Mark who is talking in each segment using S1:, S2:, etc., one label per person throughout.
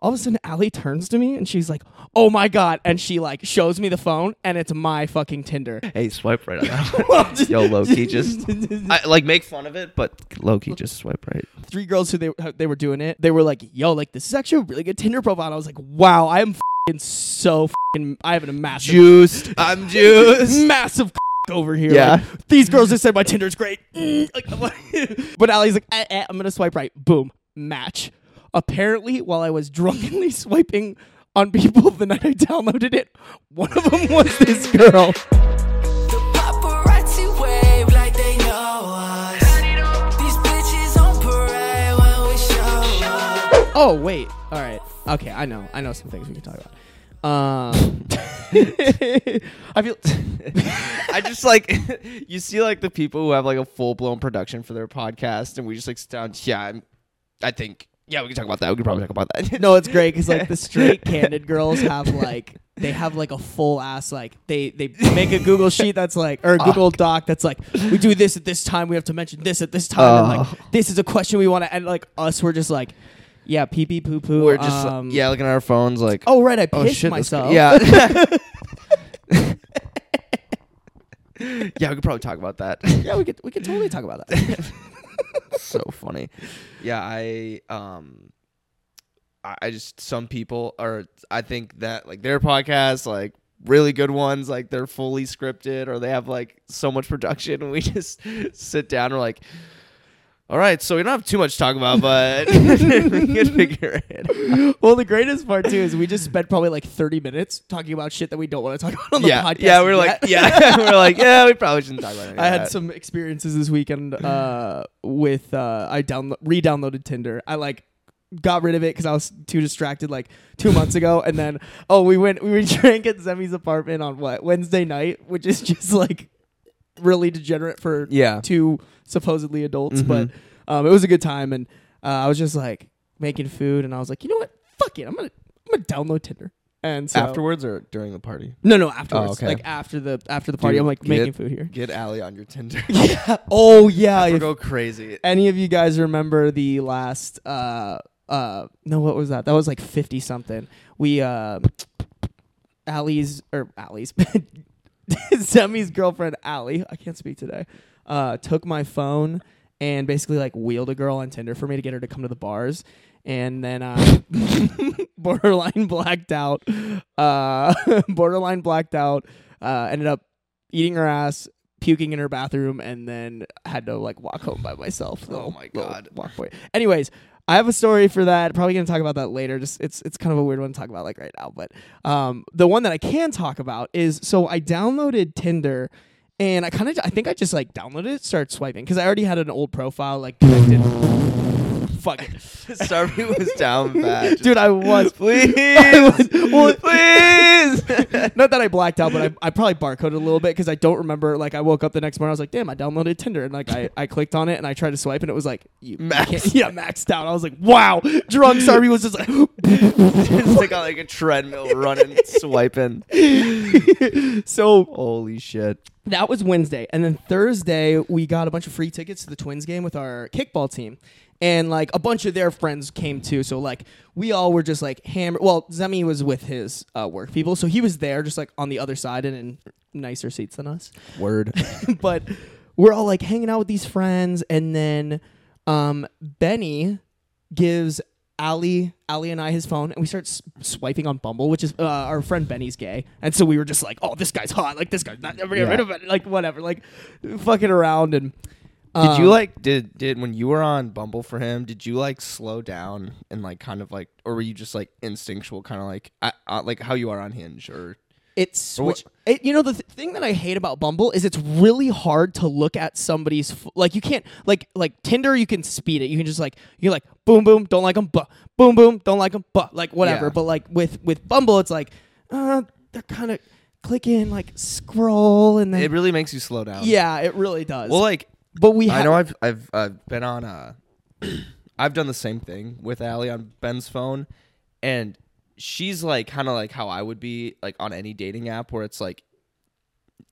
S1: all of a sudden Allie turns to me and she's like, "Oh my god!" And she like shows me the phone, and it's my fucking Tinder.
S2: Hey, swipe right on that. Yo, low key, just I, like make fun of it, but low key, just swipe right.
S1: three girls who they how they were doing it. They were like, "Yo, like this is actually a really good Tinder profile." And I was like, "Wow, I am fing so fing. I have a massive
S2: Juiced. I'm juiced.
S1: massive over here.
S2: Yeah.
S1: Like, These girls just said my Tinder's great. Mm, like, I'm like- but Allie's like, eh, eh, I'm gonna swipe right. Boom, match. Apparently, while I was drunkenly swiping on people the night I downloaded it, one of them was this girl.
S3: The paparazzi wave like they know us. These bitches on parade when we show up.
S1: Oh wait, all right, okay, I know, I know some things we can talk Um, about. Um, I feel
S2: I just like you see like the people who have like a full blown production for their podcast, and we just like sound. Yeah, I'm, I think. Yeah, we can talk about that. We can probably talk about that.
S1: no, it's great because like the straight candid girls have like they have like a full ass like they they make a Google sheet that's like or a Google Doc that's like we do this at this time we have to mention this at this time and
S2: Oh.
S1: like this is a question we want to and like us we're just like yeah pee pee poo poo
S2: we're just uh,
S1: um,
S2: yeah looking at our phones like
S1: oh right I
S2: oh,
S1: pissed
S2: shit, this-
S1: myself
S2: yeah yeah we could probably talk about that
S1: yeah we could we could totally talk about that
S2: so funny yeah I um I, I just some people are I think that like their podcasts like really good ones like they're fully scripted or they have like so much production and we just sit down and we're like all right so we don't have too much to talk about but we can figure it out.
S1: well the greatest part too is we just spent probably like thirty minutes talking about shit that we don't want to talk about on
S2: yeah,
S1: the podcast
S2: Yeah, we're
S1: yet.
S2: like, yeah, we're like, yeah, we probably shouldn't talk about it.
S1: I had some experiences this weekend uh, with uh, I download re-downloaded Tinder. I like got rid of it because I was too distracted like two months ago. And then oh, we went we drank at Zemi's apartment on what Wednesday night, which is just like really degenerate for
S2: Yeah. Mm-hmm.
S1: two supposedly adults. But um, it was a good time, and uh, I was just like making food, and I was like, you know what, fuck it, I'm gonna I'm gonna download Tinder. And so
S2: afterwards or during the party.
S1: no, no, afterwards,
S2: Oh, okay.
S1: like after the after the party,
S2: Dude,
S1: I'm like
S2: get-
S1: making food here.
S2: Get Allie on your Tinder.
S1: Oh yeah, if-
S2: go crazy.
S1: any of you guys remember the last uh uh no what was that that was like 50 something we uh Allie's or Allie's Semi's girlfriend Allie I can't speak today uh took my phone and basically like wheeled a girl on Tinder for me to get her to come to the bars and then uh borderline blacked out uh borderline blacked out uh ended up eating her ass puking in her bathroom and then had to like walk home by myself Little-
S2: my
S1: little
S2: God.
S1: walk away. anyways i have a story for that probably gonna talk about that later just it's it's kind of a weird one to talk about like right now but um the one that i can talk about is so i downloaded tinder and i kind of i think i just like downloaded it started swiping because i already had an old profile like connected fuck it
S2: Sorry, was down bad.
S1: dude i was
S2: please,
S1: well-
S2: please.
S1: not that I blacked out, but I, I probably barcoded a little bit because I don't remember. Like I woke up the next morning, I was like, "Damn, I downloaded Tinder," and like I, I clicked on it and I tried to swipe, and it was like, you
S2: Maxed.
S1: can't- yeah, maxed out. I was like, "Wow, drunk." Sorry, was just like,
S2: It's like on like a treadmill, running, swiping.
S1: so
S2: Holy shit!
S1: that was Wednesday, and then Thursday we got a bunch of free tickets to the Twins game with our kickball team, and like a bunch of their friends came too. So like we all were just like hammered. Well, Zemi was with his uh, work people, so he was there, just like on the other side and in nicer seats than us.
S2: Word.
S1: but we're all like hanging out with these friends and then um benny gives ali ali and i his phone and we start s- swiping on bumble which is uh, our friend benny's gay and so we were just like oh this guy's hot like this guy's not never get rid of it like whatever like fucking around and um,
S2: Did you like did did when you were on Bumble for him? Did you like slow down and like kind of like, or were you just like instinctual, kind of like I, I, like how you are on Hinge or?
S1: It's
S2: Or
S1: which it, you know the th- thing that I hate about Bumble is it's really hard to look at somebody's f- like you can't like like Tinder you can speed it you can just like you're like boom boom don't like them but boom boom don't like them but like whatever
S2: Yeah.
S1: but like with with Bumble it's like uh they're kind of clicking like scroll and then
S2: It really makes you slow down.
S1: yeah it really does
S2: Well, like
S1: but we
S2: I
S1: ha-
S2: know I've I've uh, been on uh I've done the same thing with Allie on Ben's phone and she's like kind of like how I would be like on any dating app where it's like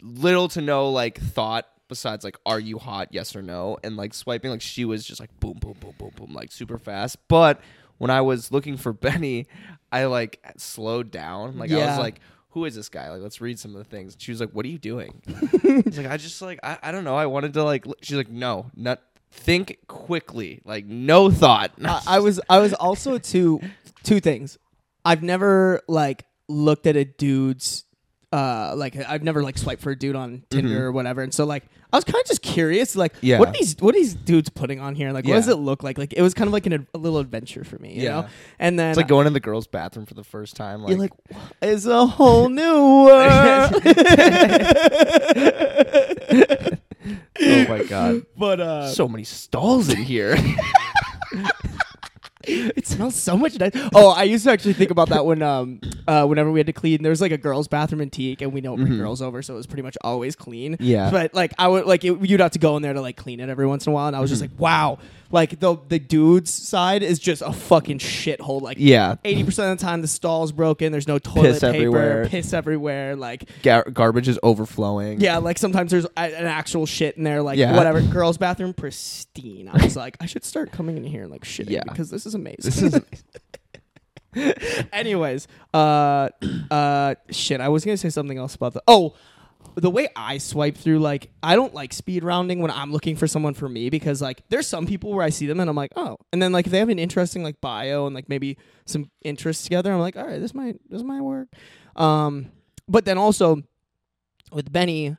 S2: little to no like thought besides like are you hot yes or no and like swiping like she was just like boom boom boom boom boom like super fast but when I was looking for Benny, I like slowed down. Like I
S1: Yeah.
S2: was like, who is this guy? Like, let's read some of the things. She was like, what are you doing? It's like I just like I, I don't know. I wanted to like. l- She's like, no, not think quickly. Like no thought.
S1: I, I was I was also two two things. I've never like looked at a dude's uh like I've never like swiped for a dude on Tinder or whatever. And so like I was kind of just curious like
S2: Mm-hmm. Yeah.
S1: what are these what are these dudes putting on here? Like what does
S2: Yeah.
S1: it look like? Like it was kind of like an, ad- a little adventure for me, you
S2: Yeah.
S1: know. And then
S2: It's like going in the girls' bathroom for the first time. Like,
S1: you're like "What is a whole new world.
S2: oh my god,
S1: but uh
S2: so many stalls in here.
S1: It smells so much nice. Oh, I used to actually think about that when, um, uh, whenever we had to clean, there was like a girls' bathroom in teak, and we don't bring girls over, so it was pretty much always clean.
S2: Mm-hmm. Yeah.
S1: But like, I would like it, you'd have to go in there to like clean it every once in a while, and I was just
S2: Mm-hmm.
S1: like, wow, like the the dude's side is just a fucking shithole. Like,
S2: yeah,
S1: eighty percent of the time the stall's broken. There's no toilet
S2: Piss
S1: paper,
S2: everywhere.
S1: piss everywhere. Like,
S2: Gar- garbage is overflowing.
S1: yeah, like sometimes there's a, an actual shit in there, like
S2: Yeah.
S1: whatever. Girls' bathroom pristine. I was like, I should start coming in here and like shitting
S2: Yeah.
S1: because this is amazing.
S2: This is-
S1: Anyways, uh, uh, shit. I was gonna say something else about the. Oh, the way I swipe through, like, I don't like speed rounding when I'm looking for someone for me because, like, there's some people where I see them and I'm like, oh, and then like if they have an interesting like bio and like maybe some interests together, I'm like, all right, this might this might work. Um, but then also with Benny.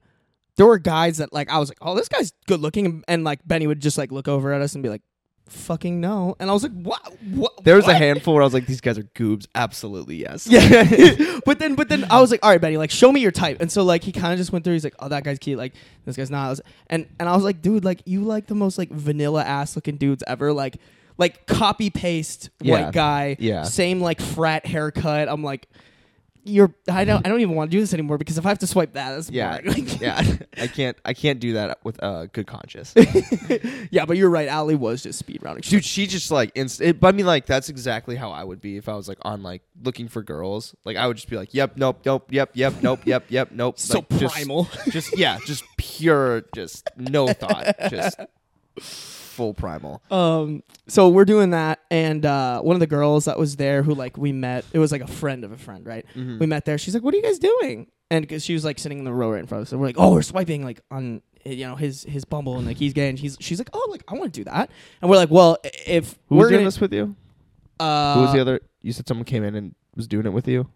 S1: There were guys that like I was like, oh, this guy's good looking, and, and like Benny would just like look over at us and be like, "Fucking no," and I was like, "What? What?"
S2: There was a
S1: what?"
S2: handful where I was like, these guys are goobs. Absolutely yes.
S1: Yeah. but then but then I was like, all right, Benny, like show me your type. And so like he kind of just went through, he's like, Oh, that guy's cute, like this guy's not I was- and and I was like, dude, like you like the most like vanilla ass looking dudes ever, like like copy paste
S2: Yeah.
S1: white guy,
S2: Yeah.
S1: same like frat haircut. I'm like you're I don't I don't even want to do this anymore because if I have to swipe that, that's
S2: Yeah.
S1: boring. Like,
S2: yeah. I can't I can't do that with uh, good conscience.
S1: yeah, but you're right, Allie was just speed rounding. She's
S2: Dude, she just like inst- it, but I mean like that's exactly how I would be if I was like on like looking for girls. Like I would just be like, "Yep, nope, nope, yep, yep, nope, yep, yep, nope."
S1: So
S2: Like, just-
S1: primal.
S2: Just yeah, just pure just no thought. Just full primal.
S1: um so we're doing that and uh one of the girls that was there who like we met it was like a friend of a friend right
S2: Mm-hmm.
S1: we met there she's like what are you guys doing and 'cause she was like sitting in the row right in front of us and we're like oh we're swiping like on eh, you know his his bumble and like he's gay and she's she's like oh like i want to do that and we're like well i- if
S2: Who
S1: we're
S2: was doing
S1: gonna,
S2: this with you?
S1: uh
S2: Who was the other? You said someone came in and was doing it with you.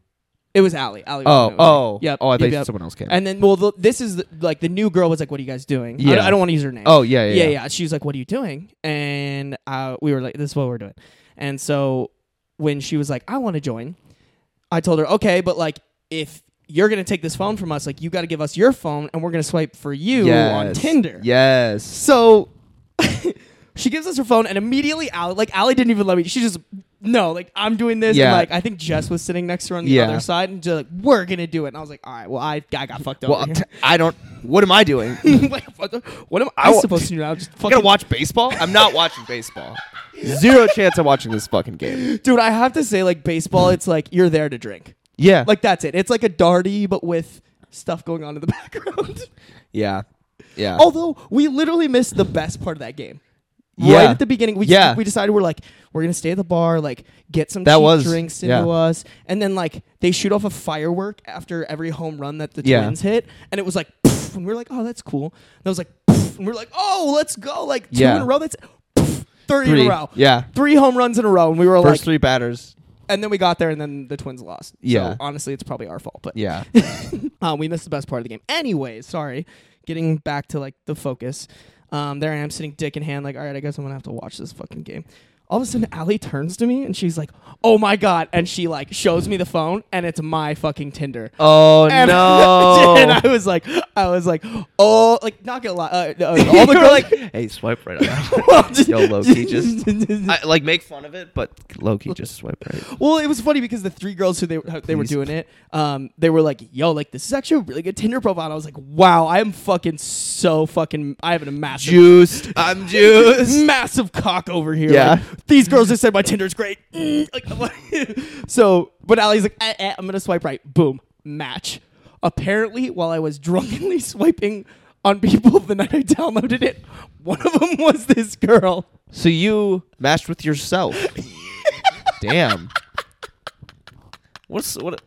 S1: it was Allie. Allie was
S2: Oh,
S1: doing it.
S2: oh,
S1: yep
S2: Oh, I
S1: yep,
S2: think
S1: yep.
S2: someone else came.
S1: And then, well, the, this is the, like the new girl was like, "What are you guys doing?" I-
S2: Yeah.
S1: I, don't want to use her name.
S2: Oh, yeah, yeah,
S1: yeah,
S2: yeah.
S1: She was like, "What are you doing?" And uh, we were like, "This is what we're doing." And so when she was like, "I want to join," I told her, "Okay, but like if." You're gonna take this phone from us, like you got to give us your phone, and we're gonna swipe for you on
S2: Yes.
S1: Tinder.
S2: Yes.
S1: So she gives us her phone, and immediately Allie, like Allie didn't even let me. She just no, like I'm doing this.
S2: Yeah.
S1: And, like I think Jess was sitting next to her on the
S2: Yeah.
S1: other side, and just like we're gonna do it. And I was like, all right, well I I got fucked
S2: Well,
S1: up.
S2: t- I don't. What am I doing?
S1: what, the- what am I,
S2: wa-
S1: supposed to do now? Just
S2: I gotta
S1: fucking
S2: watch baseball. I'm not watching baseball. Zero chance I'm watching this fucking game.
S1: dude. I have to say, like baseball, it's like you're there to drink.
S2: Yeah.
S1: Like that's it. It's like a darty, but with stuff going on in the background.
S2: Yeah. Yeah.
S1: Although we literally missed the best part of that game. Right
S2: Yeah.
S1: at the beginning, we
S2: Yeah.
S1: we decided we're like we're gonna stay at the bar, like get some
S2: That
S1: cheap
S2: was-
S1: drinks into
S2: yeah.
S1: us, and then like they shoot off a firework after every home run that the
S2: Yeah.
S1: Twins hit, and it was like, poof, and we were like, oh, that's cool. And it was like, poof, and we were like, oh, let's go, like two
S2: Yeah.
S1: in a row. That's poof, three, in
S2: Three.
S1: a row.
S2: Yeah.
S1: three home runs in a row, and we were
S2: First
S1: like,
S2: three batters.
S1: and then we got there, and then the Twins lost.
S2: Yeah.
S1: so, honestly, it's probably our fault, but
S2: Yeah.
S1: um, we missed the best part of the game. Anyways, sorry. Getting back to like the focus. Um, there I am sitting dick in hand, like, all right, I guess I'm gonna have to watch this fucking game. All of a sudden, Allie turns to me and she's like, "Oh my god!" And she like shows me the phone, and it's my fucking Tinder.
S2: Oh
S1: And,
S2: no.
S1: and I was like, I was like, oh, like not gonna lie. Uh, uh, all the
S2: You were
S1: girls
S2: hey, swipe right. on
S1: like,
S2: Yo, low-key, just- I, like make fun of it, but Loki just swipe right.
S1: Well, it was funny because the three girls who they who they were
S2: Please.
S1: doing it, um, they were like, "Yo, like this is actually a really good Tinder profile." And I was like, "Wow, I am fucking so fucking. I have a massive
S2: Juiced. I'm juiced.
S1: massive cock over here.
S2: Yeah.
S1: Like, These girls just said my Tinder's great. Mm, like, so, but Allie's like, eh, eh, I'm going to swipe right. Boom. Match. Apparently, while I was drunkenly swiping on people the night I downloaded it, one of them was this girl.
S2: So you matched with yourself. Damn. What's what?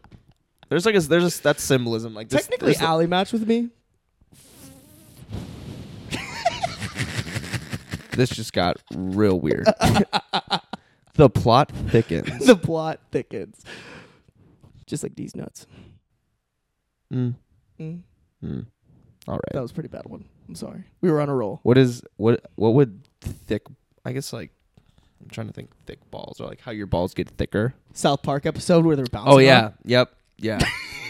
S2: There's like a there's a that's symbolism. Like this-
S1: Technically,
S2: there's the-
S1: alley match with me.
S2: this just got real weird. the plot thickens.
S1: the plot thickens. Just like these nuts.
S2: Mm,
S1: Mm.
S2: mm. All
S1: That
S2: right.
S1: was a pretty bad one. I'm sorry. We were on a roll.
S2: What is what? What would thick? I guess like I'm trying to think. Thick balls or like how your balls get thicker.
S1: South Park episode where they're bouncing.
S2: Oh yeah.
S1: on-
S2: Yep. Yeah.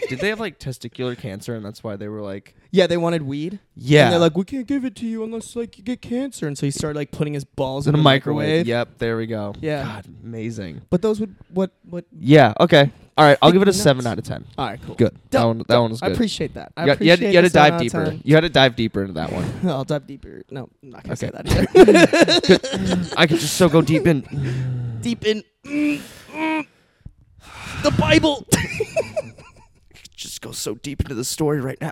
S2: Did they have like testicular cancer and that's why they were like
S1: yeah. They wanted weed.
S2: yeah
S1: And they're like, we can't give it to you unless like you get cancer. And so he started like putting his balls in,
S2: in a
S1: the
S2: microwave. Yep. There we go.
S1: Yeah.
S2: God, amazing.
S1: But those would what what.
S2: Yeah. Okay. All right. I'll give it a
S1: Nuts.
S2: seven out of ten.
S1: All right, cool.
S2: Good. That
S1: Dope,
S2: one. That
S1: dope.
S2: one was
S1: I
S2: good.
S1: appreciate that. I
S2: you, got- you had,
S1: appreciate
S2: you had to
S1: the seven
S2: dive
S1: out of
S2: deeper.
S1: 10.
S2: You had to dive deeper into that one.
S1: I'll dive deeper. No, I'm not gonna say
S2: Okay.
S1: that. Either.
S2: I could just so go deep in.
S1: Deep in mm, mm, the Bible.
S2: Just go so deep into the story right now.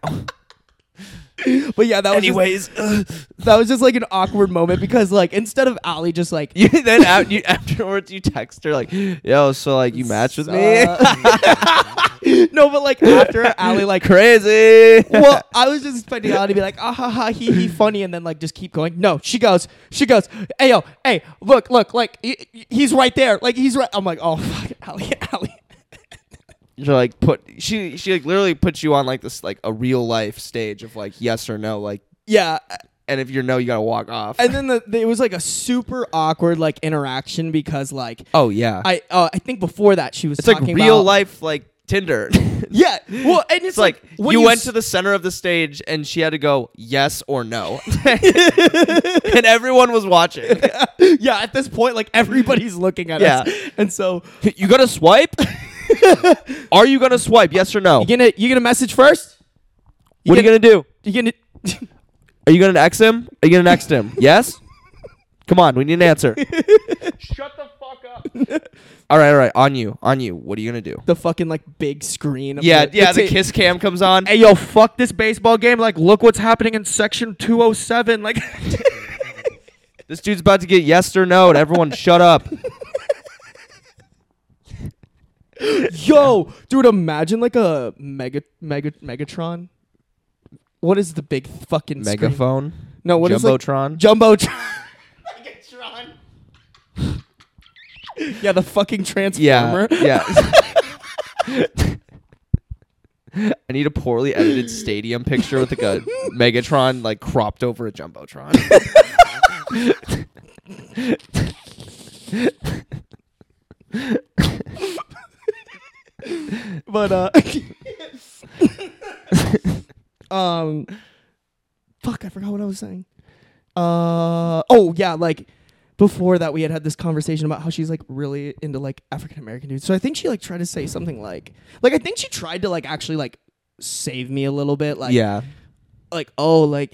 S1: but yeah, that was just-
S2: Anyways,
S1: that was just like an awkward moment because like instead of Ali just like
S2: you, then out, you, afterwards you text her like, "Yo, so like you match with me?
S1: me. no, but like after Ali like
S2: Crazy."
S1: well, I was just expecting Ali to be like, ah ha ha he he funny, and then like just keep going. No, she goes, she goes, hey yo, hey, look, look, like he, he's right there, like he's right. I'm like, oh fuck, Ali, Ali.
S2: You're like put she she like literally puts you on like this like a real life stage of like yes or no like
S1: Yeah,
S2: and if you're no you gotta walk off.
S1: and then the, it was like a super awkward like interaction because like
S2: oh yeah,
S1: I uh, I think before that she was
S2: it's like
S1: talking
S2: real
S1: about-
S2: life like Tinder.
S1: Yeah, well, and it's,
S2: It's like,
S1: when
S2: you, went
S1: s-
S2: to the center of the stage and she had to go yes or no. and everyone was watching.
S1: yeah at this point like everybody's looking at us,
S2: Yeah.
S1: and so
S2: You gonna swipe? Are you gonna swipe? Yes or no?
S1: You gonna you gonna message first?
S2: What are you gonna do?
S1: You gonna
S2: Are you gonna next him? Are you gonna next him? Yes? Come on, we need an answer. Shut the fuck up. all right, all right. On you. On you. What are you gonna do?
S1: the fucking like big screen? of
S2: Yeah, yeah, the
S1: it's a-
S2: kiss cam comes on.
S1: Hey yo, fuck this baseball game! Like, look what's happening in section two oh seven. Like,
S2: This dude's about to get yes or no, and everyone shut up.
S1: yo, dude, imagine like a mega mega megatron. What is the big fucking screen?
S2: Megaphone.
S1: No, what is
S2: Jumbotron.
S1: like, jumbotron? megatron. Yeah, the fucking
S2: Yeah.
S1: transformer.
S2: Yeah. I need a poorly edited stadium picture with like a Megatron like cropped over a Jumbotron.
S1: but uh, um, fuck, I forgot what I was saying. Uh, oh yeah, like before that, we had had this conversation about how she's like really into like African American dudes. So I think she like tried to say something like, like I think she tried to like actually like save me a little bit, like
S2: yeah.
S1: like oh like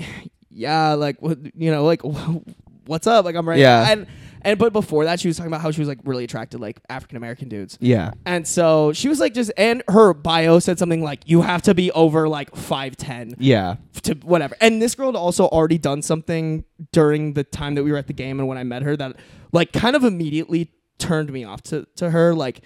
S1: yeah like what you know like what's up like I'm right
S2: Yeah.
S1: and and but before that she was talking about how she was like really attracted like African American dudes.
S2: Yeah.
S1: And so she was like, just and her bio said something like, "You have to be over like five ten
S2: Yeah.
S1: to whatever." And this girl had also already done something during the time that we were at the game and when I met her that like kind of immediately turned me off to to her. Like,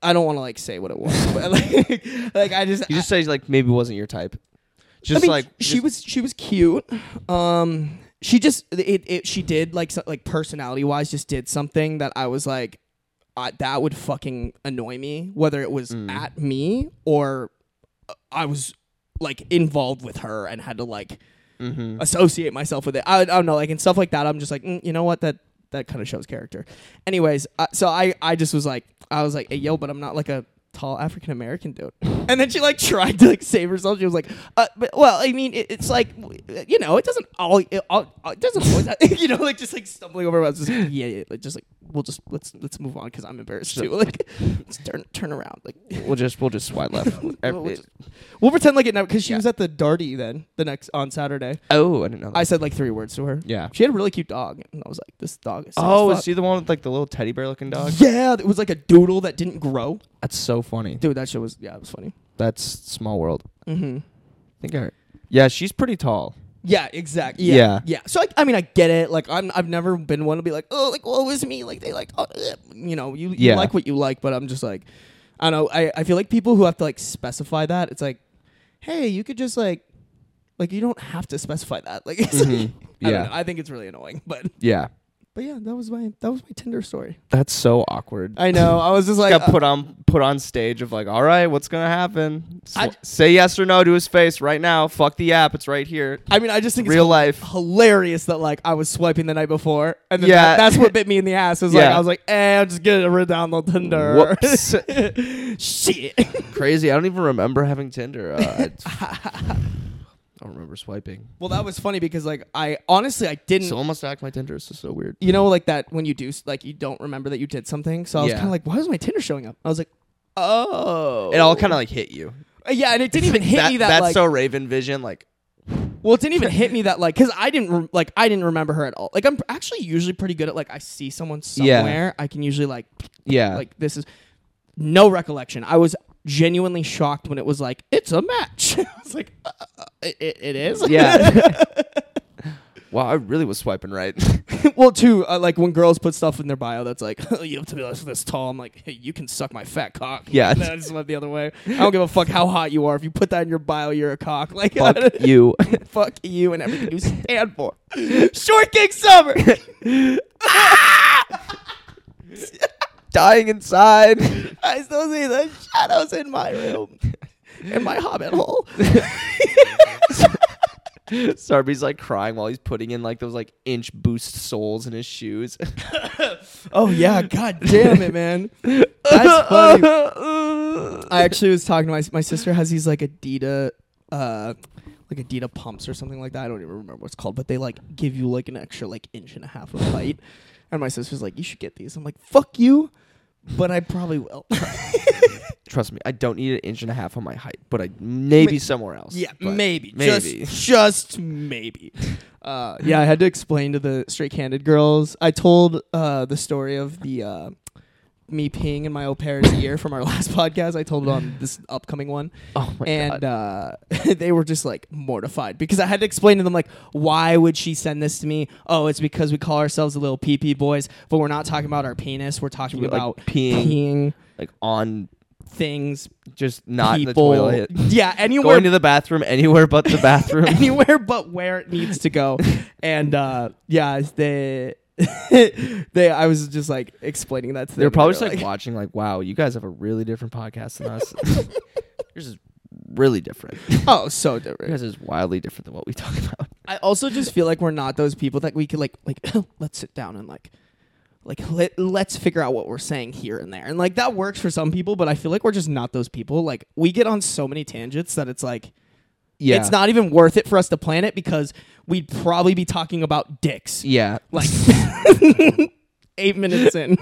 S1: I don't want to like say what it was, but like, like I just,
S2: You just say like maybe wasn't your type.
S1: I
S2: Just
S1: mean,
S2: like
S1: she was she was cute. Um, she just it, it she did like so, like personality wise just did something that I was like, I, that would fucking annoy me whether it was
S2: Mm.
S1: at me or uh, I was like involved with her and had to like associate myself with it. I, I don't know like and stuff like that. I'm just like mm, you know what that that kind of shows character. Anyways, uh, so I I just was like I was like hey, yo, but I'm not like a tall African American dude. And then she like tried to like save herself. She was like, uh, but, well, I mean, it, it's like, w- uh, you know, it doesn't all, it, all, all- it doesn't, always, you know, like just like stumbling over. I was just like, yeah, yeah, like, just like we'll just let's let's move on because I'm embarrassed too. Like, let's turn turn around. Like,
S2: we'll just we'll just swipe left.
S1: We'll- we'll just- we'll pretend like it never because she was at the Darty then the next on Saturday.
S2: oh, I didn't know. That.
S1: I said like three words to her.
S2: Yeah.
S1: she had a really cute dog, and I was like, this dog is. sick as
S2: oh,
S1: fuck.
S2: is she the one with like the little teddy bear looking dog?
S1: Yeah, it was like a doodle that didn't grow.
S2: That's so funny.
S1: Dude, that shit was yeah, it was funny.
S2: That's small world.
S1: Mm-hmm.
S2: I think I. Yeah, she's pretty tall.
S1: Yeah, exactly.
S2: Yeah.
S1: Yeah, yeah. So I, I mean, I get it. Like, I'm, I've never been one to be like, oh, like, woe is me. Like, they like, oh, eh, you know, you, you
S2: Yeah.
S1: like what you like, but I'm just like, I don't know. I, I feel like people who have to like specify that, it's like, hey, you could just like, like you don't have to specify that. Like, it's like I
S2: Yeah.
S1: don't know. I think it's really annoying, but
S2: Yeah.
S1: but yeah, that was my that was my Tinder story.
S2: That's so awkward.
S1: I know. I was just like,
S2: got
S1: uh,
S2: put on put on stage of like, all right, what's gonna happen? Sl-
S1: I-
S2: say yes or no to his face right now. Fuck the app. It's right here.
S1: I mean, I just think it's
S2: Real life.
S1: hilarious that like I was swiping the night before, and then
S2: Yeah.
S1: that- that's what bit me in the ass. Is like
S2: Yeah.
S1: I was like, eh, I'm just gonna redownload Tinder.
S2: Whoops.
S1: Shit.
S2: Crazy. I don't even remember having Tinder. Uh, I, I don't remember swiping.
S1: well, that was funny because like I honestly I didn't.
S2: Someone must hack my Tinder. It's just so weird.
S1: you know, like that when you do s- like you don't remember that you did something. So I was
S2: Yeah.
S1: kind of like, why is my Tinder showing up? I was like, oh,
S2: It all kind of like hit you.
S1: of yeah, and it didn't even hit me that
S2: that's
S1: like
S2: so Raven Vision. Like
S1: well, it didn't even hit me that like because I didn't rem like I didn't remember her at all. Like I'm actually usually pretty good at like I see someone
S2: Yeah.
S1: somewhere, I can usually like
S2: yeah,
S1: like this is no recollection. I was genuinely shocked when it was like it's a match. I was like, uh, uh, it, it, it is.
S2: yeah. wow, I really was swiping right.
S1: well, too, uh, like when girls put stuff in their bio that's like, you have to be this, this tall. I'm like, hey, you can suck my fat cock.
S2: Yeah.
S1: And then I just went the other way. I don't give a fuck how hot you are. If you put that in your bio, you're a cock. Like,
S2: Fuck you.
S1: fuck you and everything you stand for. Short King Summer.
S2: Dying inside.
S1: I still see the shadows in my room, in my hobbit hole.
S2: Sarby's like crying while he's putting in like those like inch boost soles in his shoes.
S1: Oh yeah, god damn it, man. That's funny. I actually was talking to my my sister has these like Adidas uh like Adidas pumps or something like that. I don't even remember what it's called, but they like give you like an extra like inch and a half of height. And my sister's like, "You should get these." I'm like, "Fuck you." But I probably will.
S2: Trust me, I don't need an inch and a half on my height, but I maybe
S1: May-
S2: somewhere else.
S1: yeah,
S2: But
S1: maybe,
S2: maybe.
S1: Just just maybe. Uh, yeah, I had to explain to the straight-handed girls. I told uh, the story of the uh, me peeing in my au pair's ear from our last podcast. I told it on this upcoming one.
S2: oh my
S1: and
S2: god.
S1: uh, they were just like mortified because I had to explain to them like why would she send this to me? Oh, it's because we call ourselves the little pee pee boys, but we're not talking about our penis. We're talking
S2: Like
S1: about
S2: peeing.
S1: peeing
S2: Like on
S1: things,
S2: just not
S1: people.
S2: in the toilet.
S1: Yeah, anywhere,
S2: Going to the bathroom anywhere but the bathroom.
S1: anywhere but where it needs to go. and uh, yeah, they, they, I was just like explaining that to them.
S2: They're
S1: and
S2: probably
S1: they
S2: just
S1: were
S2: like, watching, like, wow, you guys have a really different podcast than us. Yours is really different.
S1: oh, so
S2: Yours
S1: different.
S2: is wildly different than what we talk about.
S1: I also just feel like we're not those people that we could like like let's sit down and like like let, let's figure out what we're saying here and there. And like that works for some people, but I feel like we're just not those people. Like we get on so many tangents that it's like
S2: Yeah.
S1: it's not even worth it for us to plan it because we'd probably be talking about dicks
S2: Yeah.
S1: like 8 minutes in.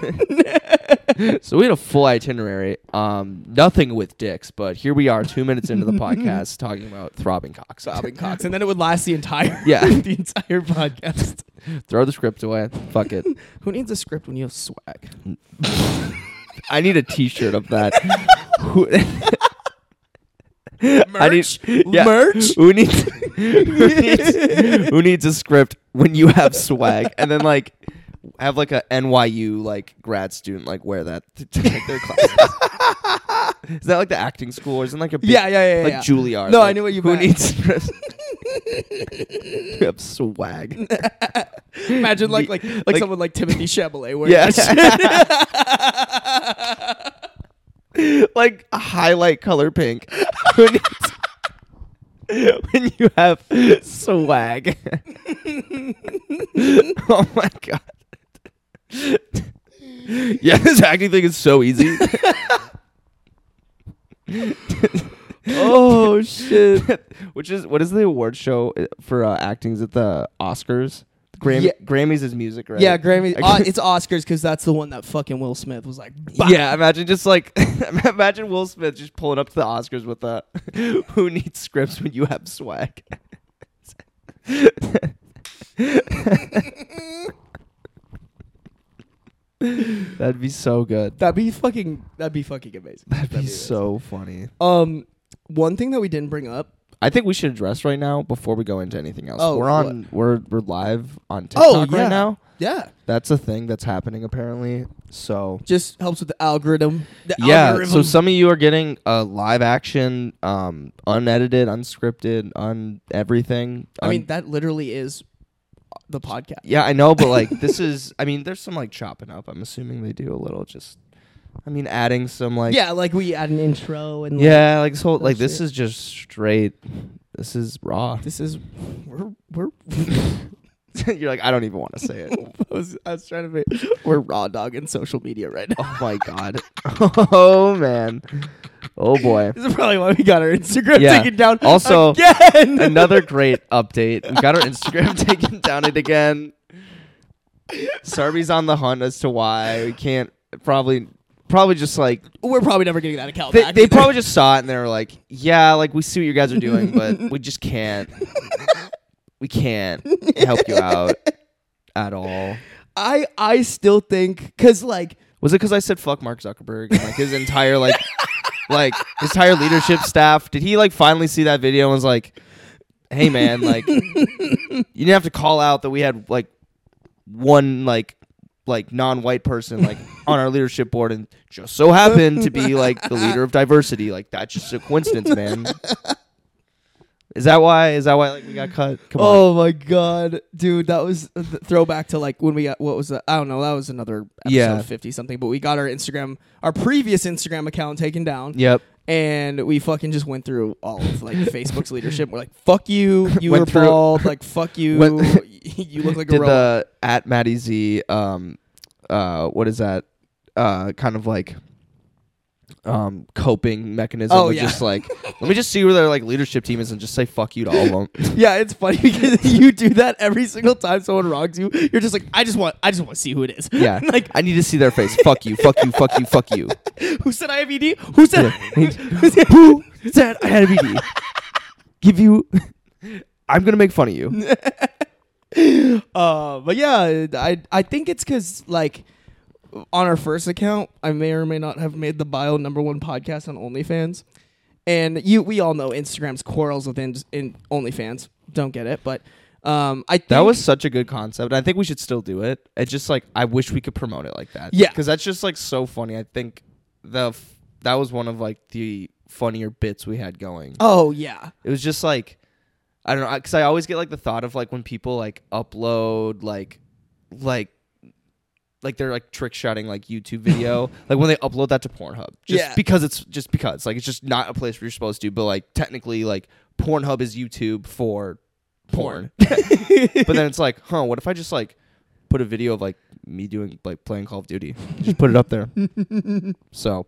S2: So we had a full itinerary. Um, nothing with dicks, but here we are, two minutes into the podcast, talking about throbbing cocks.
S1: Bobbing cocks and then it would last the entire
S2: Yeah.
S1: the entire podcast.
S2: Throw the script away. Fuck it.
S1: Who needs a script when you have swag?
S2: I need a T-shirt of that. Who- I need yeah.
S1: Merch?
S2: Who needs, who needs who needs a script when you have swag? And then like have like a NYU like grad student like wear that to, to take their classes. Is that like the acting school? Or isn't like a big,
S1: Yeah, yeah, yeah,
S2: like
S1: yeah.
S2: Juilliard?
S1: No, I
S2: like,
S1: knew what you
S2: Who
S1: meant.
S2: needs scripts? you have swag.
S1: Imagine like
S2: The-
S1: like like,
S2: like-
S1: someone like Timothy Chalamet wearing
S2: Yeah.
S1: that shit.
S2: like a highlight color pink. when, it's- when you have swag. oh my god. yeah, this acting thing is so easy.
S1: oh shit.
S2: Which is what is the award show uh, for uh, acting? Is it the Oscars? Grammy,
S1: Yeah.
S2: Grammys is music, right?
S1: Yeah, Grammy.
S2: I
S1: Uh,
S2: can't-
S1: it's Oscars because that's the one that fucking Will Smith was like. "Bah."
S2: Yeah, imagine just like imagine Will Smith just pulling up to the Oscars with a "Who needs scripts when you have swag." That'd be so good.
S1: that'd be fucking. That'd be fucking amazing.
S2: That'd be so funny.
S1: Um, one thing that we didn't bring up
S2: I think we should address right now before we go into anything else.
S1: Oh,
S2: we're
S1: what?
S2: on we're we're live on TikTok
S1: Oh, yeah.
S2: right now.
S1: Yeah.
S2: That's a thing that's happening apparently. So
S1: Just helps with the algorithm. The
S2: yeah, so
S1: algorithm.
S2: some of you are getting uh, live action, um, unedited, unscripted, un everything.
S1: I
S2: un-
S1: mean, that literally is the podcast.
S2: um, yeah, I know, but like this is, I mean, there's some like chopping up. I'm assuming they do a little, just, I mean, adding some like,
S1: yeah, like we add an intro and like,
S2: yeah, like this whole, like
S1: Oh,
S2: this
S1: shit.
S2: is just straight, this is raw.
S1: this is we're we're.
S2: You're like, I don't even want to say it.
S1: I was I was trying to be we're raw dog in social media right now.
S2: oh my god. oh man. Oh boy.
S1: This is probably why we got our Instagram
S2: Yeah.
S1: taken down.
S2: Also,
S1: again,
S2: Another great update. We got our Instagram taken down it again. Sarby's on the hunt as to why we can't probably probably just like
S1: we're probably never getting that account
S2: they,
S1: back.
S2: they
S1: either.
S2: probably just saw it and they were like, yeah, like we see what you guys are doing, but we just can't. We can't help you out at all.
S1: I I still think because like
S2: Was it because I said fuck Mark Zuckerberg and like his entire like like his entire leadership staff? Did he like finally see that video and was like, hey man, like you didn't have to call out that we had like one like like non-white person like on our leadership board and just so happened to be like the leader of diversity. Like that's just a coincidence, man. Is that why? Is that why like we got cut? Come on.
S1: oh my god, dude, that was a th- throwback to like when we got what was that? I don't know. That was another episode
S2: Yeah.
S1: fifty something. But we got our Instagram, our previous Instagram account taken down.
S2: Yep.
S1: and we fucking just went through all of like Facebook's leadership. We're like, fuck you, you
S2: Went
S1: were
S2: through-
S1: bald, like fuck you,
S2: Went-
S1: you look like a
S2: did
S1: robot.
S2: the at Maddie Z um uh what is that uh kind of like um coping mechanism
S1: Oh,
S2: of
S1: yeah.
S2: just like let me just see where their like leadership team is and just say fuck you to all of them.
S1: yeah, it's funny because you do that every single time someone wrongs you. You're just like, I just want, I just want to see who it is.
S2: Yeah.
S1: like
S2: I need to see their face. Fuck you. Fuck you. Fuck you. Fuck you.
S1: who said I have ED? Who said? who said-
S2: Who said I had a BD? Give you I'm going to make fun of you.
S1: Uh, but yeah, I I think it's because like on our first account, I may or may not have made the bio number one podcast on OnlyFans, and you we all know Instagram's quarrels with in, in OnlyFans. Don't get it, but um, I think
S2: That was such a good concept. I think we should still do it. It's just like I wish we could promote it like that.
S1: Yeah.
S2: because that's just like so funny. I think the f- that was one of like the funnier bits we had going.
S1: oh yeah,
S2: It was just like I don't know because I always get like the thought of like when people like upload like like like they're like trick shotting like YouTube video like when they upload that to Pornhub just
S1: Yeah.
S2: because it's just because like it's just not a place where you're supposed to but like technically like Pornhub is YouTube for porn. But then it's like, huh, what if I just like put a video of like me doing like playing Call of Duty? Just put it up there. so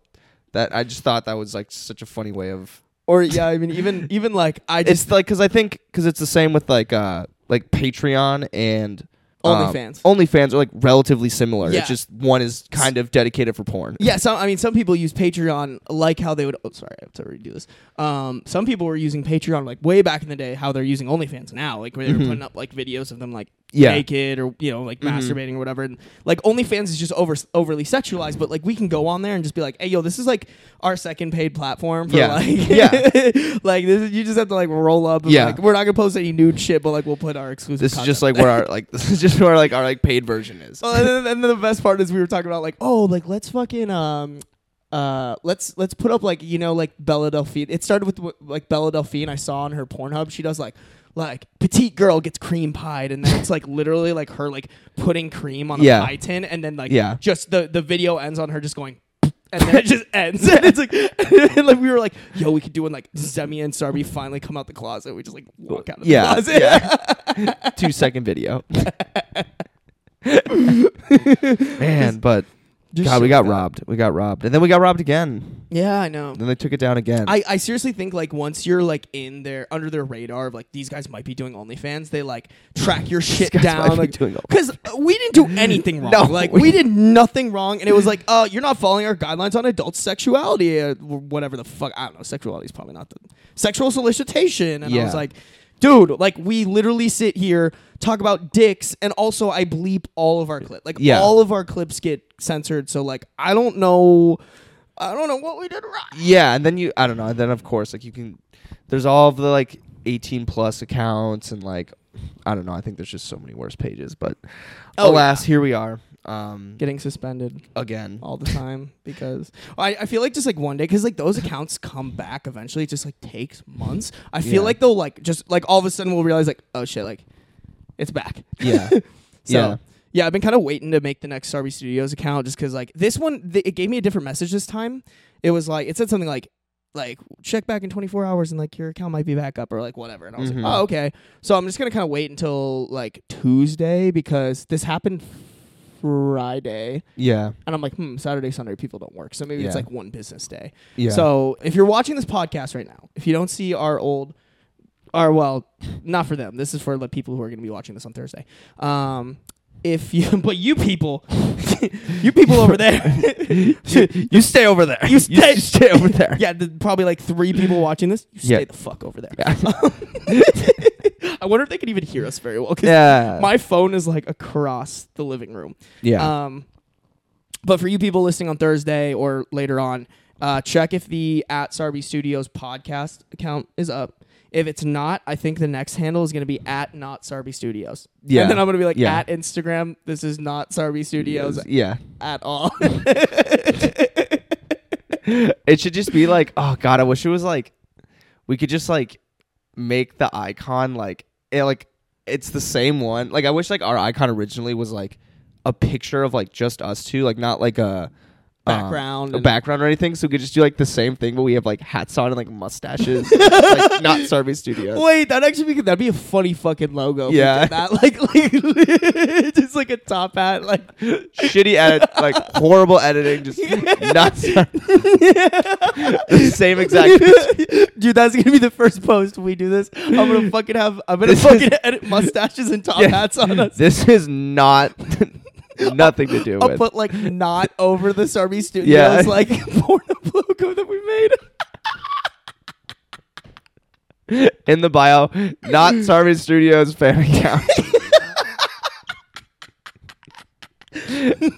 S2: that I just thought that was like such a funny way of
S1: or yeah, I mean even even like I just
S2: it's like because I think because it's the same with like uh like Patreon and um,
S1: OnlyFans.
S2: OnlyFans are like relatively similar.
S1: Yeah.
S2: It's just one is kind of dedicated for porn.
S1: Yeah, some I mean some people use Patreon like how they would oh sorry, I have to redo this. Um some people were using Patreon like way back in the day how they're using OnlyFans now, like where they were putting up like videos of them like
S2: Mm-hmm. Yeah. Mm-hmm.
S1: naked or you know, like masturbating or whatever. And like OnlyFans is just over overly sexualized, but like we can go on there and just be like, Hey yo, this is like our second paid platform for
S2: Yeah.
S1: like
S2: Yeah.
S1: like this is, you just have to like roll up and
S2: Yeah.
S1: like we're not gonna post any nude shit, but like we'll put our exclusive
S2: This is
S1: content
S2: just like where our like this is just where like our like paid version is.
S1: well, Oh, and, then, and then the best part is we were talking about like, oh, like let's fucking um, uh, let's let's put up like you know like Bella Delphine. It started with wh- like Bella Delphine. I saw on her Pornhub. She does like like petite girl gets cream pied, and then it's like literally like her like putting cream on a
S2: Yeah.
S1: pie tin, and then like
S2: Yeah.
S1: just the the video ends on her just going. And then it just ends. And it's like, and like we were like, yo, we could do when like Zemi and Sarby finally come out the closet. We just like walk out of
S2: Yeah,
S1: the closet.
S2: Two second video. Man, but
S1: Just
S2: God, we
S1: shit like
S2: got
S1: that.
S2: robbed. We got robbed, and then we got robbed again.
S1: Yeah, I know.
S2: Then they took it down again.
S1: I, I seriously think like once you're like in their under their radar of like these guys might be doing OnlyFans, they like track your shit
S2: guys might
S1: down
S2: be
S1: like
S2: doing OnlyFans.
S1: because we didn't do anything wrong.
S2: No,
S1: like
S2: we-
S1: we did nothing wrong, and it was like uh you're not following our guidelines on adult sexuality, uh, or whatever the fuck I don't know. Sexuality is probably not the sexual solicitation, and I
S2: Yeah.
S1: was like. Dude, like we literally sit here talk about dicks, and also I bleep all of our clips. Like
S2: Yeah.
S1: all of our clips get censored. So like I don't know. I don't know what we did right.
S2: Yeah, and then you I don't know, and then of course like you can there's all of the like 18 plus accounts and like I don't know, I think there's just so many worse pages, but
S1: Oh,
S2: alas, here we are. Um
S1: Getting suspended
S2: again.
S1: all the time because I, I feel like just like one day because like those accounts come back eventually. It just like takes months. I feel
S2: Yeah.
S1: like they'll like just like all of a sudden we'll realize like oh shit like it's back.
S2: Yeah.
S1: So,
S2: Yeah.
S1: yeah. I've been kind of waiting to make the next Starby Studios account just because, like, this one, th- it gave me a different message this time. It was like, it said something like, like, check back in 24 hours and, like, your account might be back up or, like, whatever. And I was
S2: Mhm.
S1: like, oh, okay. So I'm just going to kind of wait until, like, Tuesday because this happened Friday.
S2: yeah.
S1: And I'm like, hmm, Saturday, Sunday, people don't work. So maybe it's
S2: Yeah.
S1: like one business day.
S2: Yeah.
S1: So if you're watching this podcast right now, if you don't see our old, our well, not for them. This is for the people who are going to be watching this on Thursday. Um, if you, but you people, you people over there,
S2: you stay over there.
S1: You stay-
S2: stay over there.
S1: yeah, the, probably like three people watching this. You stay
S2: Yeah.
S1: the fuck over there.
S2: Yeah.
S1: I wonder if they can even hear us very well. 'cause
S2: Yeah.
S1: My phone is like across the living room.
S2: yeah.
S1: Um, but for you people listening on Thursday or later on, uh, check if the at Sarby Studios podcast account is up. If it's not, I think the next handle is going to be at not Sarby Studios.
S2: Yeah.
S1: And then I'm going to be like
S2: Yeah.
S1: at Instagram. This is not Sarby Studios
S2: yeah.
S1: at all.
S2: It should just be like, oh god, I wish it was like we could just like make the icon like it, like it's the same one. Like I wish like our icon originally was like a picture of like just us two, like not like a um,
S1: Background
S2: a
S1: and-
S2: background or anything. So we could just do like the same thing, but we have like hats on and like mustaches, like not Sarby Studios.
S1: Wait, that actually be that'd be a funny fucking logo. if we
S2: Yeah.
S1: did that like, like just like a top hat, like
S2: Shitty edit, like horrible editing, just not Sar- the same exact.
S1: Dude, that's gonna be the first post we do this. I'm gonna fucking have. I'm gonna
S2: This is-
S1: fucking edit mustaches and top
S2: Yeah.
S1: hats on us.
S2: This is not nothing to do
S1: I'll
S2: with.
S1: put like not over the Sarby Studios
S2: Yeah.
S1: like porno logo that we made.
S2: in the bio, not Sarvin Studios fan account.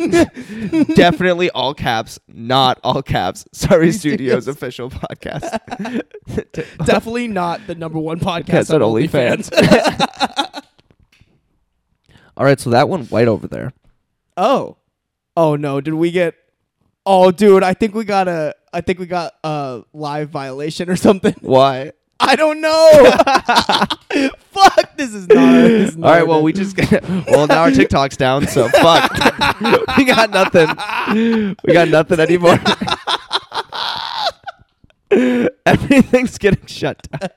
S2: Definitely all caps, not all caps. Sorry, Studios
S1: Studios.
S2: official podcast.
S1: Definitely not the number one
S2: Cats
S1: podcast
S2: on
S1: on
S2: OnlyFans.
S1: OnlyFans.
S2: all right, so that one white over there.
S1: oh, oh no! Did we get? Oh, dude, I think we got a. I think we got a live violation or something.
S2: Why?
S1: I don't know. Fuck! This is not. This is
S2: All right, well we just got, well now our TikTok's down, so fuck. we got nothing. We got nothing anymore. Everything's getting shut down.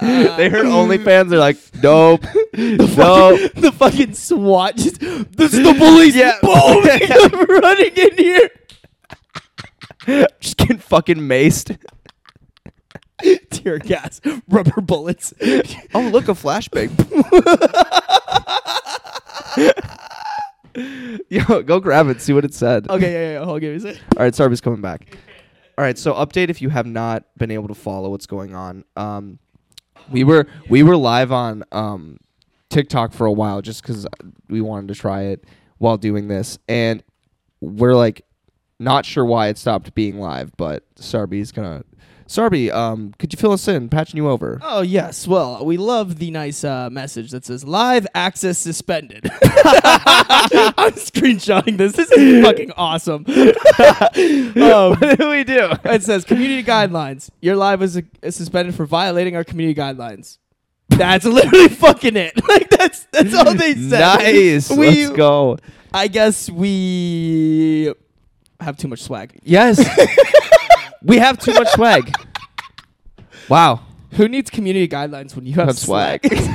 S2: they heard OnlyFans. They're like, nope, nope.
S1: the fucking SWAT just this is the police
S2: Yeah.
S1: boom I'm running in here.
S2: Just getting fucking maced.
S1: Tear gas, rubber bullets.
S2: Oh, look, a flashbang. Yo, go grab it. See what it said.
S1: Okay, yeah, yeah, yeah. Hold, give me a sec.
S2: All right, Sarby's coming back. All right, so update if you have not been able to follow what's going on. Um, we were we were live on um, TikTok for a while just because we wanted to try it while doing this, and we're like not sure why it stopped being live, but Sarby's gonna. Sarby, um, could you fill us in? Patching you over.
S1: Oh yes, well we love the nice uh, message that says live access suspended. I'm screenshotting this. This is fucking awesome. um,
S2: Oh, what do we do?
S1: it says community guidelines. Your live was uh, suspended for violating our community guidelines. That's literally fucking it. Like that's that's all they said.
S2: Nice.
S1: We-
S2: Let's go.
S1: I guess we have too much swag.
S2: Yes. we have too much swag. Wow.
S1: Who needs community guidelines when you have,
S2: Have swag.
S1: swag?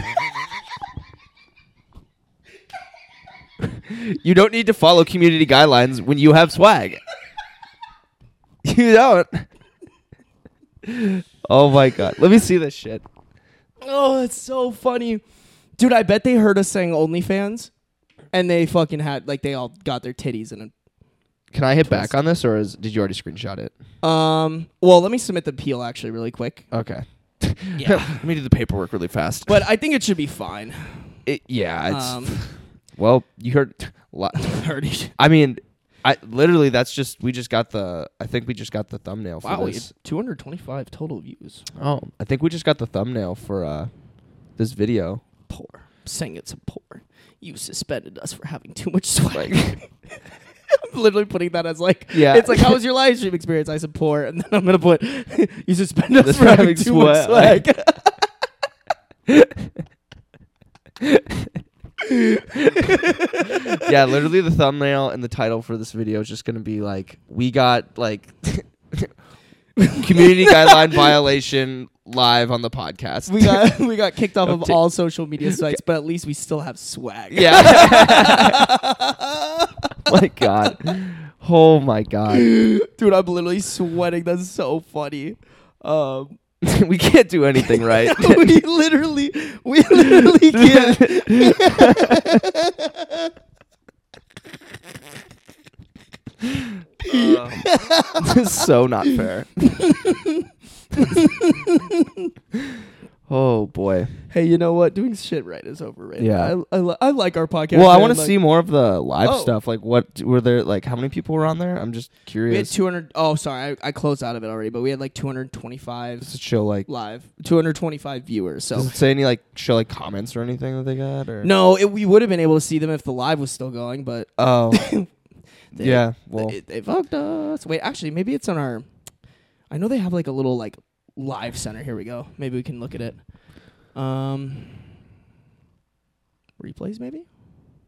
S2: You don't need to follow community guidelines when you have swag. You don't. Oh my god. Let me see this shit.
S1: oh, it's so funny, dude. I bet they heard us saying OnlyFans, and they fucking had like they all got their titties in
S2: Can I hit back on this or is did you already screenshot it?
S1: it. Um, well, let me submit the appeal actually really quick,
S2: Okay. Yeah. Let me do the paperwork really fast.
S1: but I think it should be fine.
S2: It- yeah, it's
S1: Um,
S2: well, you heard a lot.
S1: already.
S2: I mean, I literally that's just we just got the I think we just got the thumbnail for
S1: Wow, we
S2: this.
S1: 225 total views.
S2: Oh, I think we just got the thumbnail for uh this video.
S1: Poor. Saying it's a poor. You suspended us for having too much swag. I'm literally putting that as like,
S2: Yeah.
S1: It's like, how was your live stream experience? I support, and then I'm gonna put, you suspend us
S2: That's
S1: for having
S2: having
S1: too much
S2: swag.
S1: swag.
S2: yeah, literally the thumbnail and the title for this video is just gonna be like we got like community guideline violation live on the podcast.
S1: we got we got kicked off of
S2: Okay.
S1: all social media sites, but at least we still have swag.
S2: yeah. my God. Oh my God.
S1: dude, I'm literally sweating. That's so funny. Um,
S2: we can't do anything right.
S1: we literally, we literally can't.
S2: this is so not fair. oh boy.
S1: Hey, you know what? Doing shit right is overrated.
S2: Yeah.
S1: I, I, li- I like our podcast.
S2: Well, I
S1: man.
S2: want to
S1: Like,
S2: see more of the live
S1: Oh.
S2: stuff. Like, what were there? Like, how many people were on there? I'm just
S1: We had
S2: curious.
S1: 200. Oh, sorry, I, I closed out of it already, but we had like 225
S2: Does it show like?
S1: live, 225 viewers. So
S2: Does it say any like show like comments or anything that they got? Or
S1: no, it, we would have been able to see them if the live was still going, but
S2: Oh,
S1: they-
S2: yeah. Well,
S1: they, they fucked us. Wait, actually, maybe it's on our. I know they have like a little like live center. Here we go. Maybe we can look at it. Um, replays maybe.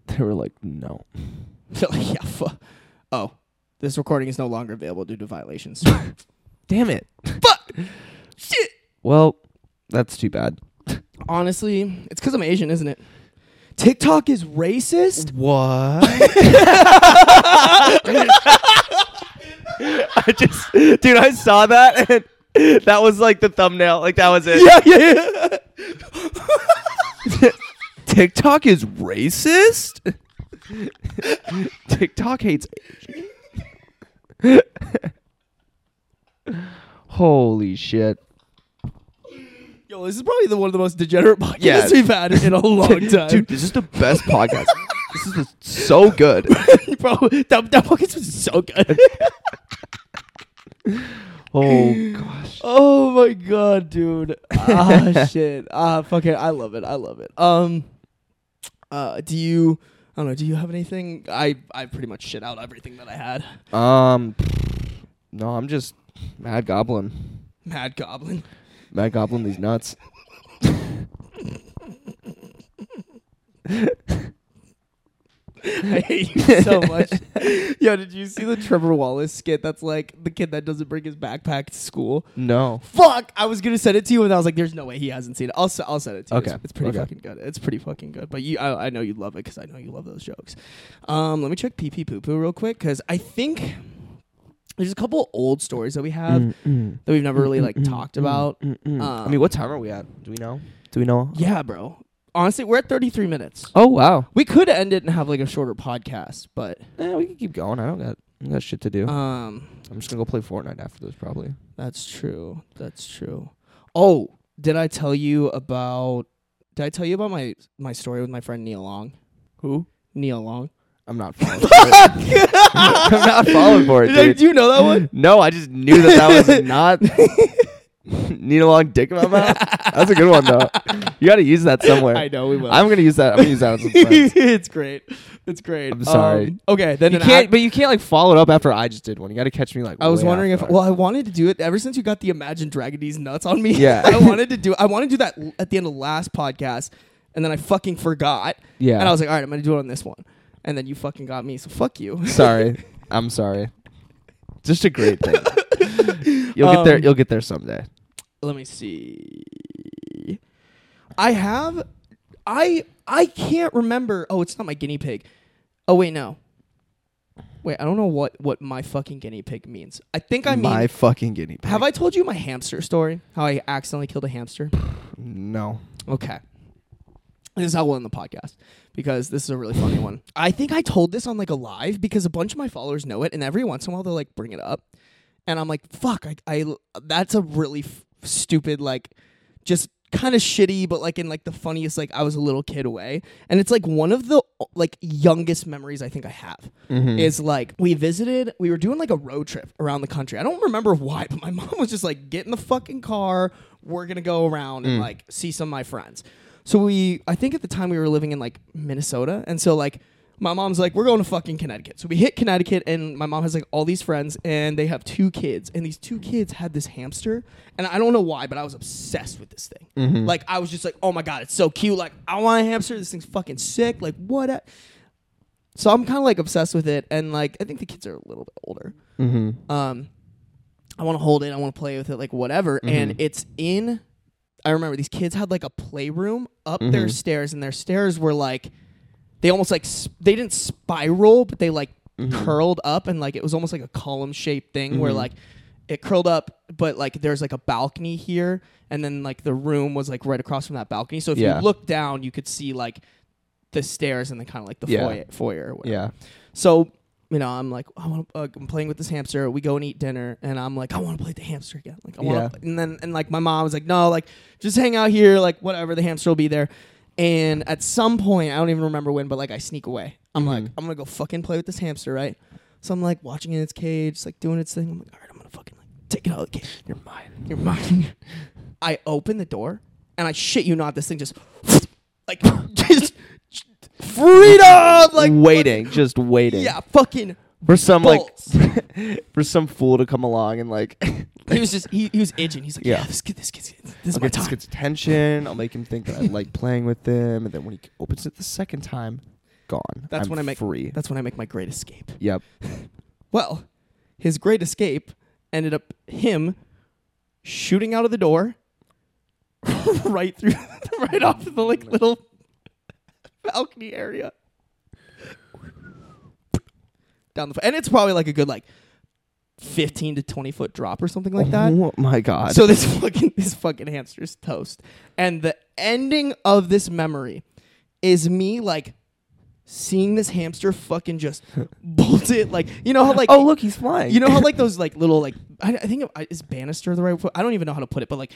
S2: they were like, no.
S1: They're like, yeah. Fu- oh, this recording is no longer available due to violations.
S2: Damn it.
S1: Shit.
S2: Well, that's too bad.
S1: Honestly, it's because I'm Asian, isn't it? TikTok is racist.
S2: What? I just, dude, I saw that and that was like the thumbnail. Like, that was it.
S1: yeah,
S2: TikTok is racist? TikTok hates Asians. Holy shit.
S1: Yo, this is probably the one of the most degenerate podcasts
S2: Yeah.
S1: we've had in a long time,
S2: Dude, this is the best podcast. this is the- so good.
S1: Bro, that, that podcast was so good.
S2: Oh, gosh.
S1: Oh my god, dude. Ah shit. Ah fuck it. I love it. I love it. Um uh do you I don't know, do you have anything? I I pretty much shit out everything that I had.
S2: Um, no, I'm just Mad Goblin.
S1: Mad Goblin.
S2: Mad Goblin, these nuts.
S1: I hate you so much. Yo, did you see the Trevor Wallace skit that's like the kid that doesn't bring his backpack to school?
S2: No.
S1: Fuck! I was gonna send it to you and I was like, there's no way he hasn't seen it. I'll, se- I'll send it to you.
S2: Okay,
S1: It's, it's pretty
S2: okay.
S1: fucking good. It's pretty fucking good. But you, I, I know you love it because I know you love those jokes. Um, let me check pee pee poo poo real quick because I think there's a couple old stories that we have
S2: Mm.
S1: that we've never really like talked about. Uh, Um,
S2: I mean, what time are we at? Do we know? Do we know?
S1: Yeah, bro. Honestly, we're at 33 minutes.
S2: Oh, wow.
S1: We could end it and have like a shorter podcast, but
S2: Eh, we can keep going. I don't got, I don't got shit to do.
S1: um,
S2: I'm just gonna go play Fortnite after this, probably.
S1: That's true. That's true. Oh, did I tell you about? Did I tell you about my my story with my friend Neil Long?
S2: Who?
S1: Neil Long.
S2: I'm not falling for it. I'm not falling for it,
S1: Did
S2: dude.
S1: do you know that one?
S2: No, I just knew that that was not. Need a long dick in my mouth. That's a good one though. You got to use that somewhere.
S1: I know we will.
S2: I'm gonna use that. I'm gonna use that with some friends.
S1: it's great. It's great.
S2: I'm sorry.
S1: Um, okay, then
S2: You
S1: an
S2: can't,
S1: act-
S2: but you can't like follow it up after I just did one. You got to catch me like.
S1: I was
S2: way
S1: wondering if.
S2: off guard.
S1: Well, I wanted to do it ever since you got the Imagine Dragonies nuts on me.
S2: Yeah.
S1: I wanted to do. I wanted to do that l- at the end of last podcast, and then I fucking forgot.
S2: Yeah.
S1: And I was like, all right, I'm gonna do it on this one, and then you fucking got me. So fuck you.
S2: sorry, I'm sorry. Just a great thing. You'll get there.
S1: Um,
S2: You'll get there someday.
S1: let me see. I have I I can't remember. Oh, it's not my guinea pig. Oh wait, no. Wait, I don't know what what my fucking guinea pig means. I think I mean
S2: my fucking guinea pig.
S1: Have I told you my hamster story? How I accidentally killed a hamster?
S2: No.
S1: Okay. This is how we'll end the podcast because this is a really funny one. I think I told this on like a live because a bunch of my followers know it, and every once in a while they'll like bring it up, and I'm like, fuck, I, I that's a really f- stupid like, just kind of shitty, but like in like the funniest like I was a little kid way, and it's like one of the like youngest memories I think I have is like we visited, we were doing like a road trip around the country. I don't remember why, but my mom was just like, get in the fucking car, we're gonna go around and like see some of my friends. So we, I think at the time we were living in like Minnesota, and so like my mom's like, we're going to fucking Connecticut. So we hit Connecticut, and my mom has like all these friends, and they have two kids, and these two kids had this hamster, and I don't know why, but I was obsessed with this thing. Like I was just like, oh my god, it's so cute. Like I want a hamster. This thing's fucking sick. Like what? A-? So I'm kind of like obsessed with it, and like I think the kids are a little bit older.
S2: Mm-hmm.
S1: Um, I want to hold it. I want to play with it, like whatever. And
S2: Mm-hmm.
S1: it's in. I remember these kids had like a playroom up
S2: Mm-hmm.
S1: their stairs, and their stairs were like, they almost like s they didn't spiral, but they like
S2: Mm-hmm.
S1: curled up, and like it was almost like a column shaped thing where like it curled up, but like there's like a balcony here, and then like the room was like right across from that balcony. So if
S2: Yeah.
S1: you looked down, you could see like the stairs and then kind of like the
S2: Yeah.
S1: foyer, foyer or whatever.
S2: Yeah.
S1: So you know, I'm like, I want. Uh, I'm playing with this hamster. We go and eat dinner, and I'm like, I want to play with the hamster again. Like, I want. to And then and like my mom was like, no, like just hang out here, like whatever. The hamster will be there. And at some point, I don't even remember when, but like I sneak away. I'm like, I'm gonna go fucking play with this hamster, right? So I'm like watching it in its cage, it's like doing its thing. I'm like, all right, I'm gonna fucking like take it out of the cage. You're mine. You're mine. I open the door, and I shit you not, this thing just like just freedom, like
S2: waiting, just waiting.
S1: yeah, fucking.
S2: For some
S1: Bolts.
S2: like for some fool to come along and like
S1: He was just he, he was itching. He's like, yeah,
S2: Yeah.
S1: this kid, this kid, this is
S2: I'll
S1: my
S2: get this
S1: time.
S2: kid's attention. I'll make him think that I like playing with him, and then when he opens it the second time, gone.
S1: That's
S2: I'm
S1: when I make
S2: free.
S1: That's when I make my great escape.
S2: yep.
S1: Well, his great escape ended up him shooting out of the door, right through, right off the like little balcony area, down the f- and it's probably like a good like fifteen to twenty foot drop or something like that.
S2: Oh my god.
S1: So this fucking this fucking hamster's toast. And the ending of this memory is me like seeing this hamster fucking just bolt it like you know how like
S2: oh look, he's flying.
S1: you know how like those like little like I, I think I- is banister the right foot. I don't even know how to put it, but like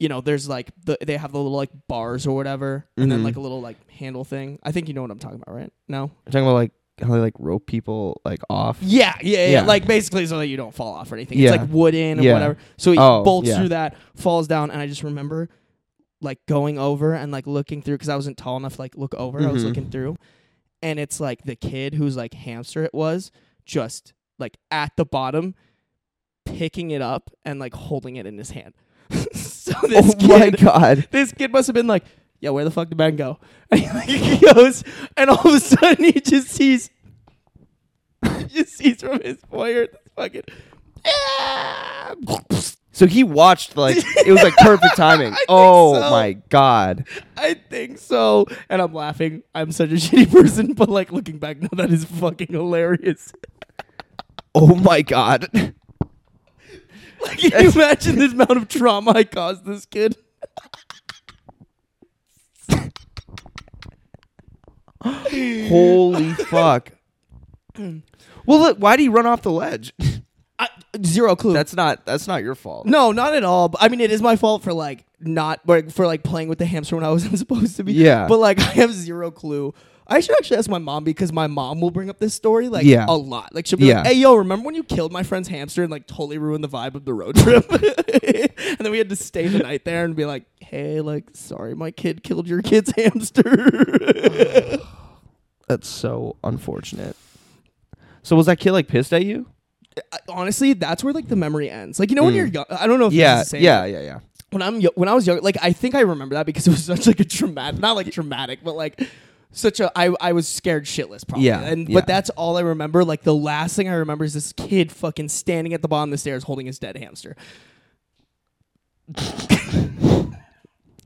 S1: you know, there's like the they have the little like bars or whatever, and then
S2: Mhm.
S1: like a little like handle thing. I think you know what I'm talking about, right? No.
S2: You're talking about like how they like rope people like off.
S1: Yeah, yeah, yeah,
S2: Yeah.
S1: Like basically so that you don't fall off or anything.
S2: Yeah.
S1: It's like wooden or
S2: Yeah.
S1: whatever. So he
S2: Oh,
S1: bolts
S2: yeah.
S1: through that, falls down, and I just remember like going over and like looking through because I wasn't tall enough to like look over. I was
S2: Mhm.
S1: looking through. And it's like the kid whose like hamster it was, just like at the bottom, picking it up and like holding it in his hand. so this
S2: oh
S1: kid
S2: my god.
S1: this kid must have been like, yo, where the fuck did Ben go? And he, like, he goes, and all of a sudden he just sees, he just sees from his foyer this fucking. "Ah!"
S2: So he watched like it was like perfect timing.
S1: I think
S2: Oh
S1: so.
S2: my god.
S1: I think so. And I'm laughing. I'm such a shitty person, but like looking back now, that is fucking hilarious.
S2: Oh my god.
S1: Like, can you imagine the amount of trauma I caused this kid?
S2: Holy fuck. Well, look, why did he run off the ledge?
S1: I, zero clue.
S2: That's not that's not your fault.
S1: No, not at all. But I mean, it is my fault for like not like, for like playing with the hamster when I wasn't supposed to be.
S2: Yeah.
S1: But like, I have zero clue. I should actually ask my mom because my mom will bring up this story like
S2: Yeah.
S1: a lot. Like she'll be like,
S2: Yeah.
S1: "Hey, yo, remember when you killed my friend's hamster and like totally ruined the vibe of the road trip?" and then we had to stay the night there and be like, "Hey, like, sorry, my kid killed your kid's hamster."
S2: That's so unfortunate. So was that kid like pissed at you?
S1: Honestly, that's where like the memory ends. Like you know when you're young, I don't know if
S2: Mm. Yeah,
S1: this is the same.
S2: yeah, yeah, yeah.
S1: when I'm yo- when I was young, like I think I remember that because it was such like a traumatic, not like traumatic, but like such a I I was scared shitless probably.
S2: Yeah,
S1: and
S2: yeah.
S1: but that's all I remember. Like the last thing I remember is this kid fucking standing at the bottom of the stairs holding his dead hamster.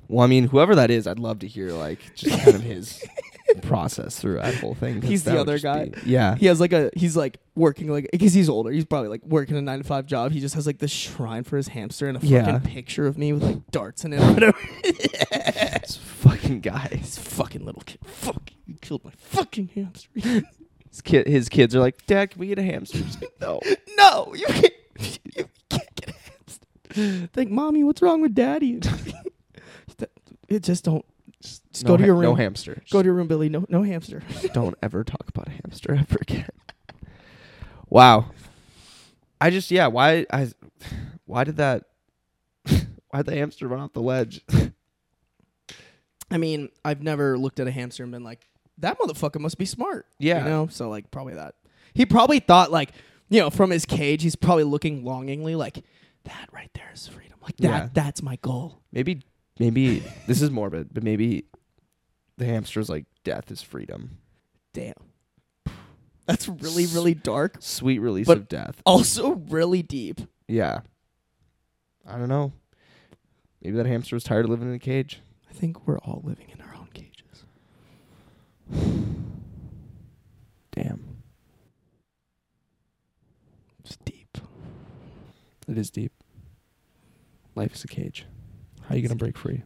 S2: Well, I mean, whoever that is, I'd love to hear like just kind of his process through that whole thing. 'cause
S1: He's the
S2: that would
S1: other
S2: just
S1: guy.
S2: be- yeah.
S1: He has like a he's like working like because he's older. He's probably like working a nine to five job. He just has like this shrine for his hamster and a fucking
S2: Yeah.
S1: picture of me with like darts in it. Or whatever.
S2: This fucking guy.
S1: this fucking little kid, fuck, you killed my fucking hamster.
S2: His, kid, his kids are like, Dad, can we get a hamster? He's like, no.
S1: No, you can't. You can't get hamster. Like, mommy, what's wrong with daddy? It just don't. Just, just
S2: No
S1: go to
S2: ha-
S1: your room.
S2: No hamster.
S1: go to your room, Billy. No, no hamster.
S2: Just don't ever talk about a hamster ever again. wow. I just yeah. Why I? Why did that? Why would the hamster run off the ledge?
S1: I mean, I've never looked at a hamster and been like, that motherfucker must be smart.
S2: Yeah.
S1: You know? So, like, probably that. He probably thought, like, you know, from his cage, he's probably looking longingly, like, that right there is freedom. Like, that,
S2: Yeah.
S1: that's my goal.
S2: Maybe maybe this is morbid, but maybe the hamster's like death is freedom.
S1: Damn. That's really, really dark.
S2: Sweet release
S1: But-
S2: of death.
S1: Also, really deep.
S2: Yeah. I don't know. Maybe that hamster was tired of living in a cage.
S1: I think we're all living in our own cages.
S2: Damn.
S1: It's deep.
S2: It is deep. Life is a cage. How are you gonna break free?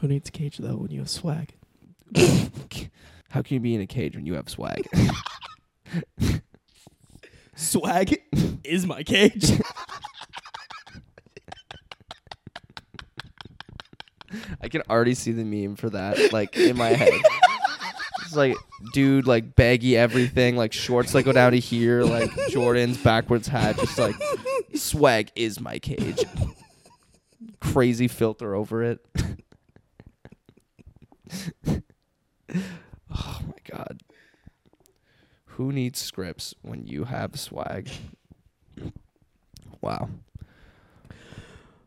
S1: Who needs a cage, though, when you have swag?
S2: How can you be in a cage when you have swag?
S1: Swag is my cage.
S2: I can already see the meme for that, like in my head. It's like dude, like baggy everything, like shorts that go down to here, like Jordans, backwards hat, just like swag is my cage. Crazy filter over it. oh my god. Who needs scripts when you have swag? Wow.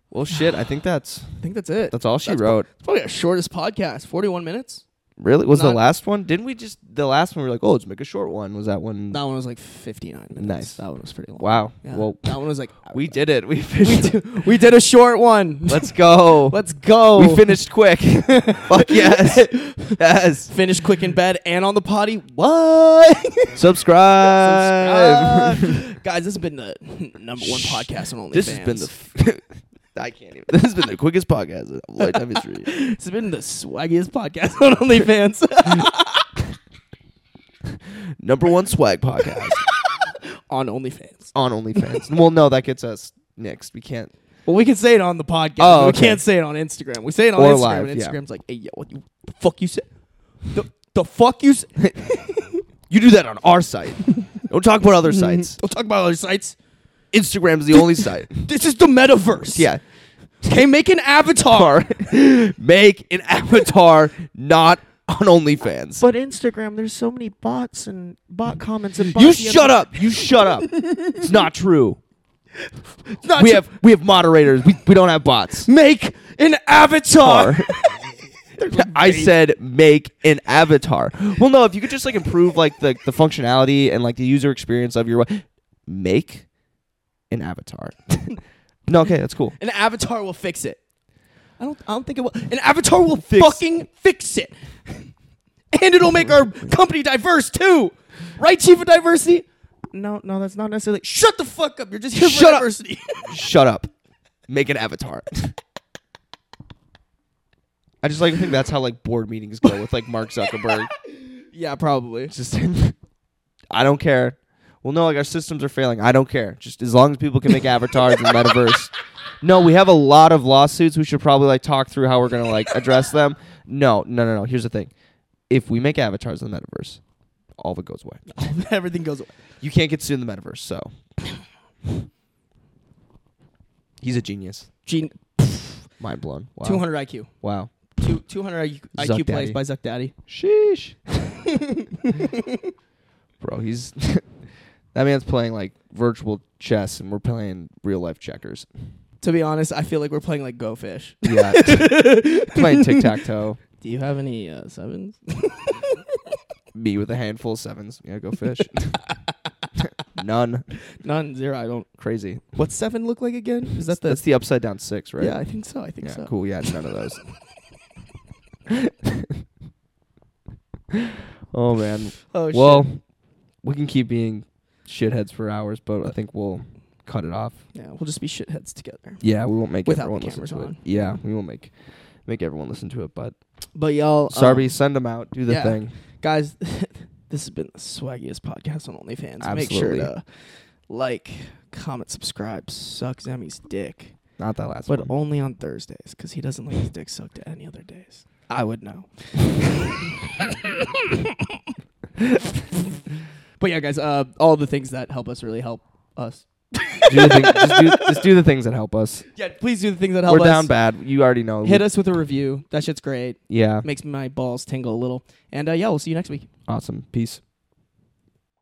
S2: Well shit, I think that's
S1: I think that's it.
S2: that's all she
S1: That's
S2: wrote.
S1: It's probably our shortest podcast, 41 minutes.
S2: Really? Was the
S1: Not-
S2: last one? Didn't we just the last one? We were like, oh, let's make a short one. Was that one?
S1: That one was like 59 minutes.
S2: Nice.
S1: That one was pretty long.
S2: Wow.
S1: Yeah.
S2: Well,
S1: that one was like
S2: we did it. We
S1: we
S2: finished.
S1: did, we did a short one.
S2: let's go.
S1: Let's go.
S2: We finished quick. Fuck yes. yes.
S1: Finish quick in bed and on the potty. What?
S2: Subscribe.
S1: Subscribe. Guys, this has been the number one podcast on OnlyFans.
S2: This has been the. F- I can't even. This has been the quickest podcast of lifetime history.
S1: this has been the swaggiest podcast on OnlyFans.
S2: Number one swag podcast
S1: on OnlyFans.
S2: on OnlyFans. Well, no, that gets us next. We can't.
S1: Well, we can say it on the podcast.
S2: Oh,
S1: but
S2: okay.
S1: We can't say it on Instagram. We say it on
S2: Or
S1: Instagram,
S2: live,
S1: and
S2: yeah.
S1: Instagram's like, "Hey, yo, what you, the fuck you said? The, the fuck you said?
S2: You do that on our site. Don't talk about other sites.
S1: Don't talk about other sites.
S2: Instagram is the only site.
S1: This is the metaverse.
S2: Yeah.
S1: Okay, make an avatar.
S2: avatar. Make an avatar not on OnlyFans.
S4: But Instagram, there's so many bots and bot comments and bot
S2: you shut up. You shut up. It's not true.
S1: It's not
S2: We
S1: ju-
S2: have we have moderators. We, we don't have bots.
S1: make an avatar.
S2: I said make an avatar. Well, no, if you could just like improve like the, the functionality and like the user experience of your we- make an avatar. no, okay, that's cool.
S1: an avatar will fix it. I don't. I don't think it will. An avatar will fucking fix it, and it'll make our company diverse too, right, Chief of Diversity?
S4: No, no, that's not necessarily.
S1: Shut the fuck up. You're just here
S2: Shut
S1: for
S2: up.
S1: diversity.
S2: Shut up. Make an avatar. I just like to think that's how like board meetings go with like Mark Zuckerberg.
S1: yeah, probably.
S2: Just I don't care. Well, no, like our systems are failing. I don't care. Just as long as people can make avatars and metaverse. No, we have a lot of lawsuits. We should probably like talk through how we're gonna like address them. No, no, no, no. Here's the thing: if we make avatars in the metaverse, all of it goes away.
S1: Everything goes away.
S2: You can't get sued in the metaverse. So he's a genius.
S1: Gene,
S2: Mind blown. Wow.
S1: 200 IQ.
S2: Wow.
S1: Two, 200 IQ,
S2: Zuck
S1: IQ plays
S2: Daddy.
S1: by Zuck Daddy.
S2: Sheesh. Bro, he's that man's playing like virtual chess, and we're playing real life checkers.
S1: To be honest, I feel like we're playing like Go Fish.
S2: Yeah, playing tic tac toe.
S1: Do you have any uh, sevens?
S2: Me with a handful of sevens. Yeah, go fish. None.
S1: None, zero. I don't.
S2: Crazy.
S1: What's seven look like again? Is that the?
S2: That's the upside down six, right?
S1: Yeah, I think so. I think
S2: Yeah,
S1: so.
S2: cool. Yeah, it's none of those. oh man.
S1: Oh shit.
S2: well, we can keep being shitheads for hours, but I think we'll cut it off.
S1: yeah, we'll just be shitheads together.
S2: Yeah, we won't make
S1: Without
S2: everyone
S1: the
S2: listen
S1: cameras
S2: to it.
S1: on.
S2: Yeah, we won't make make everyone listen to it. But
S1: But y'all, um,
S2: Sarby, send them out. Do the
S1: yeah.
S2: thing.
S1: guys, this has been the swaggiest podcast on OnlyFans. Make sure
S2: Absolutely.
S1: to like, comment, subscribe, suck Zemmy's dick.
S2: Not that last
S1: but
S2: one.
S1: only on Thursdays because he doesn't let his dick sucked any other days. I would know. but yeah, guys, uh, all the things that help us really help us.
S2: do the thing, just, do, just do the things that help us.
S1: Yeah, please do the things that help
S2: We're
S1: us.
S2: down bad. You already know.
S1: Hit us with a review. That shit's great.
S2: Yeah.
S1: Makes my balls tingle a little. And uh, yeah, we'll see you next week.
S2: Awesome. Peace.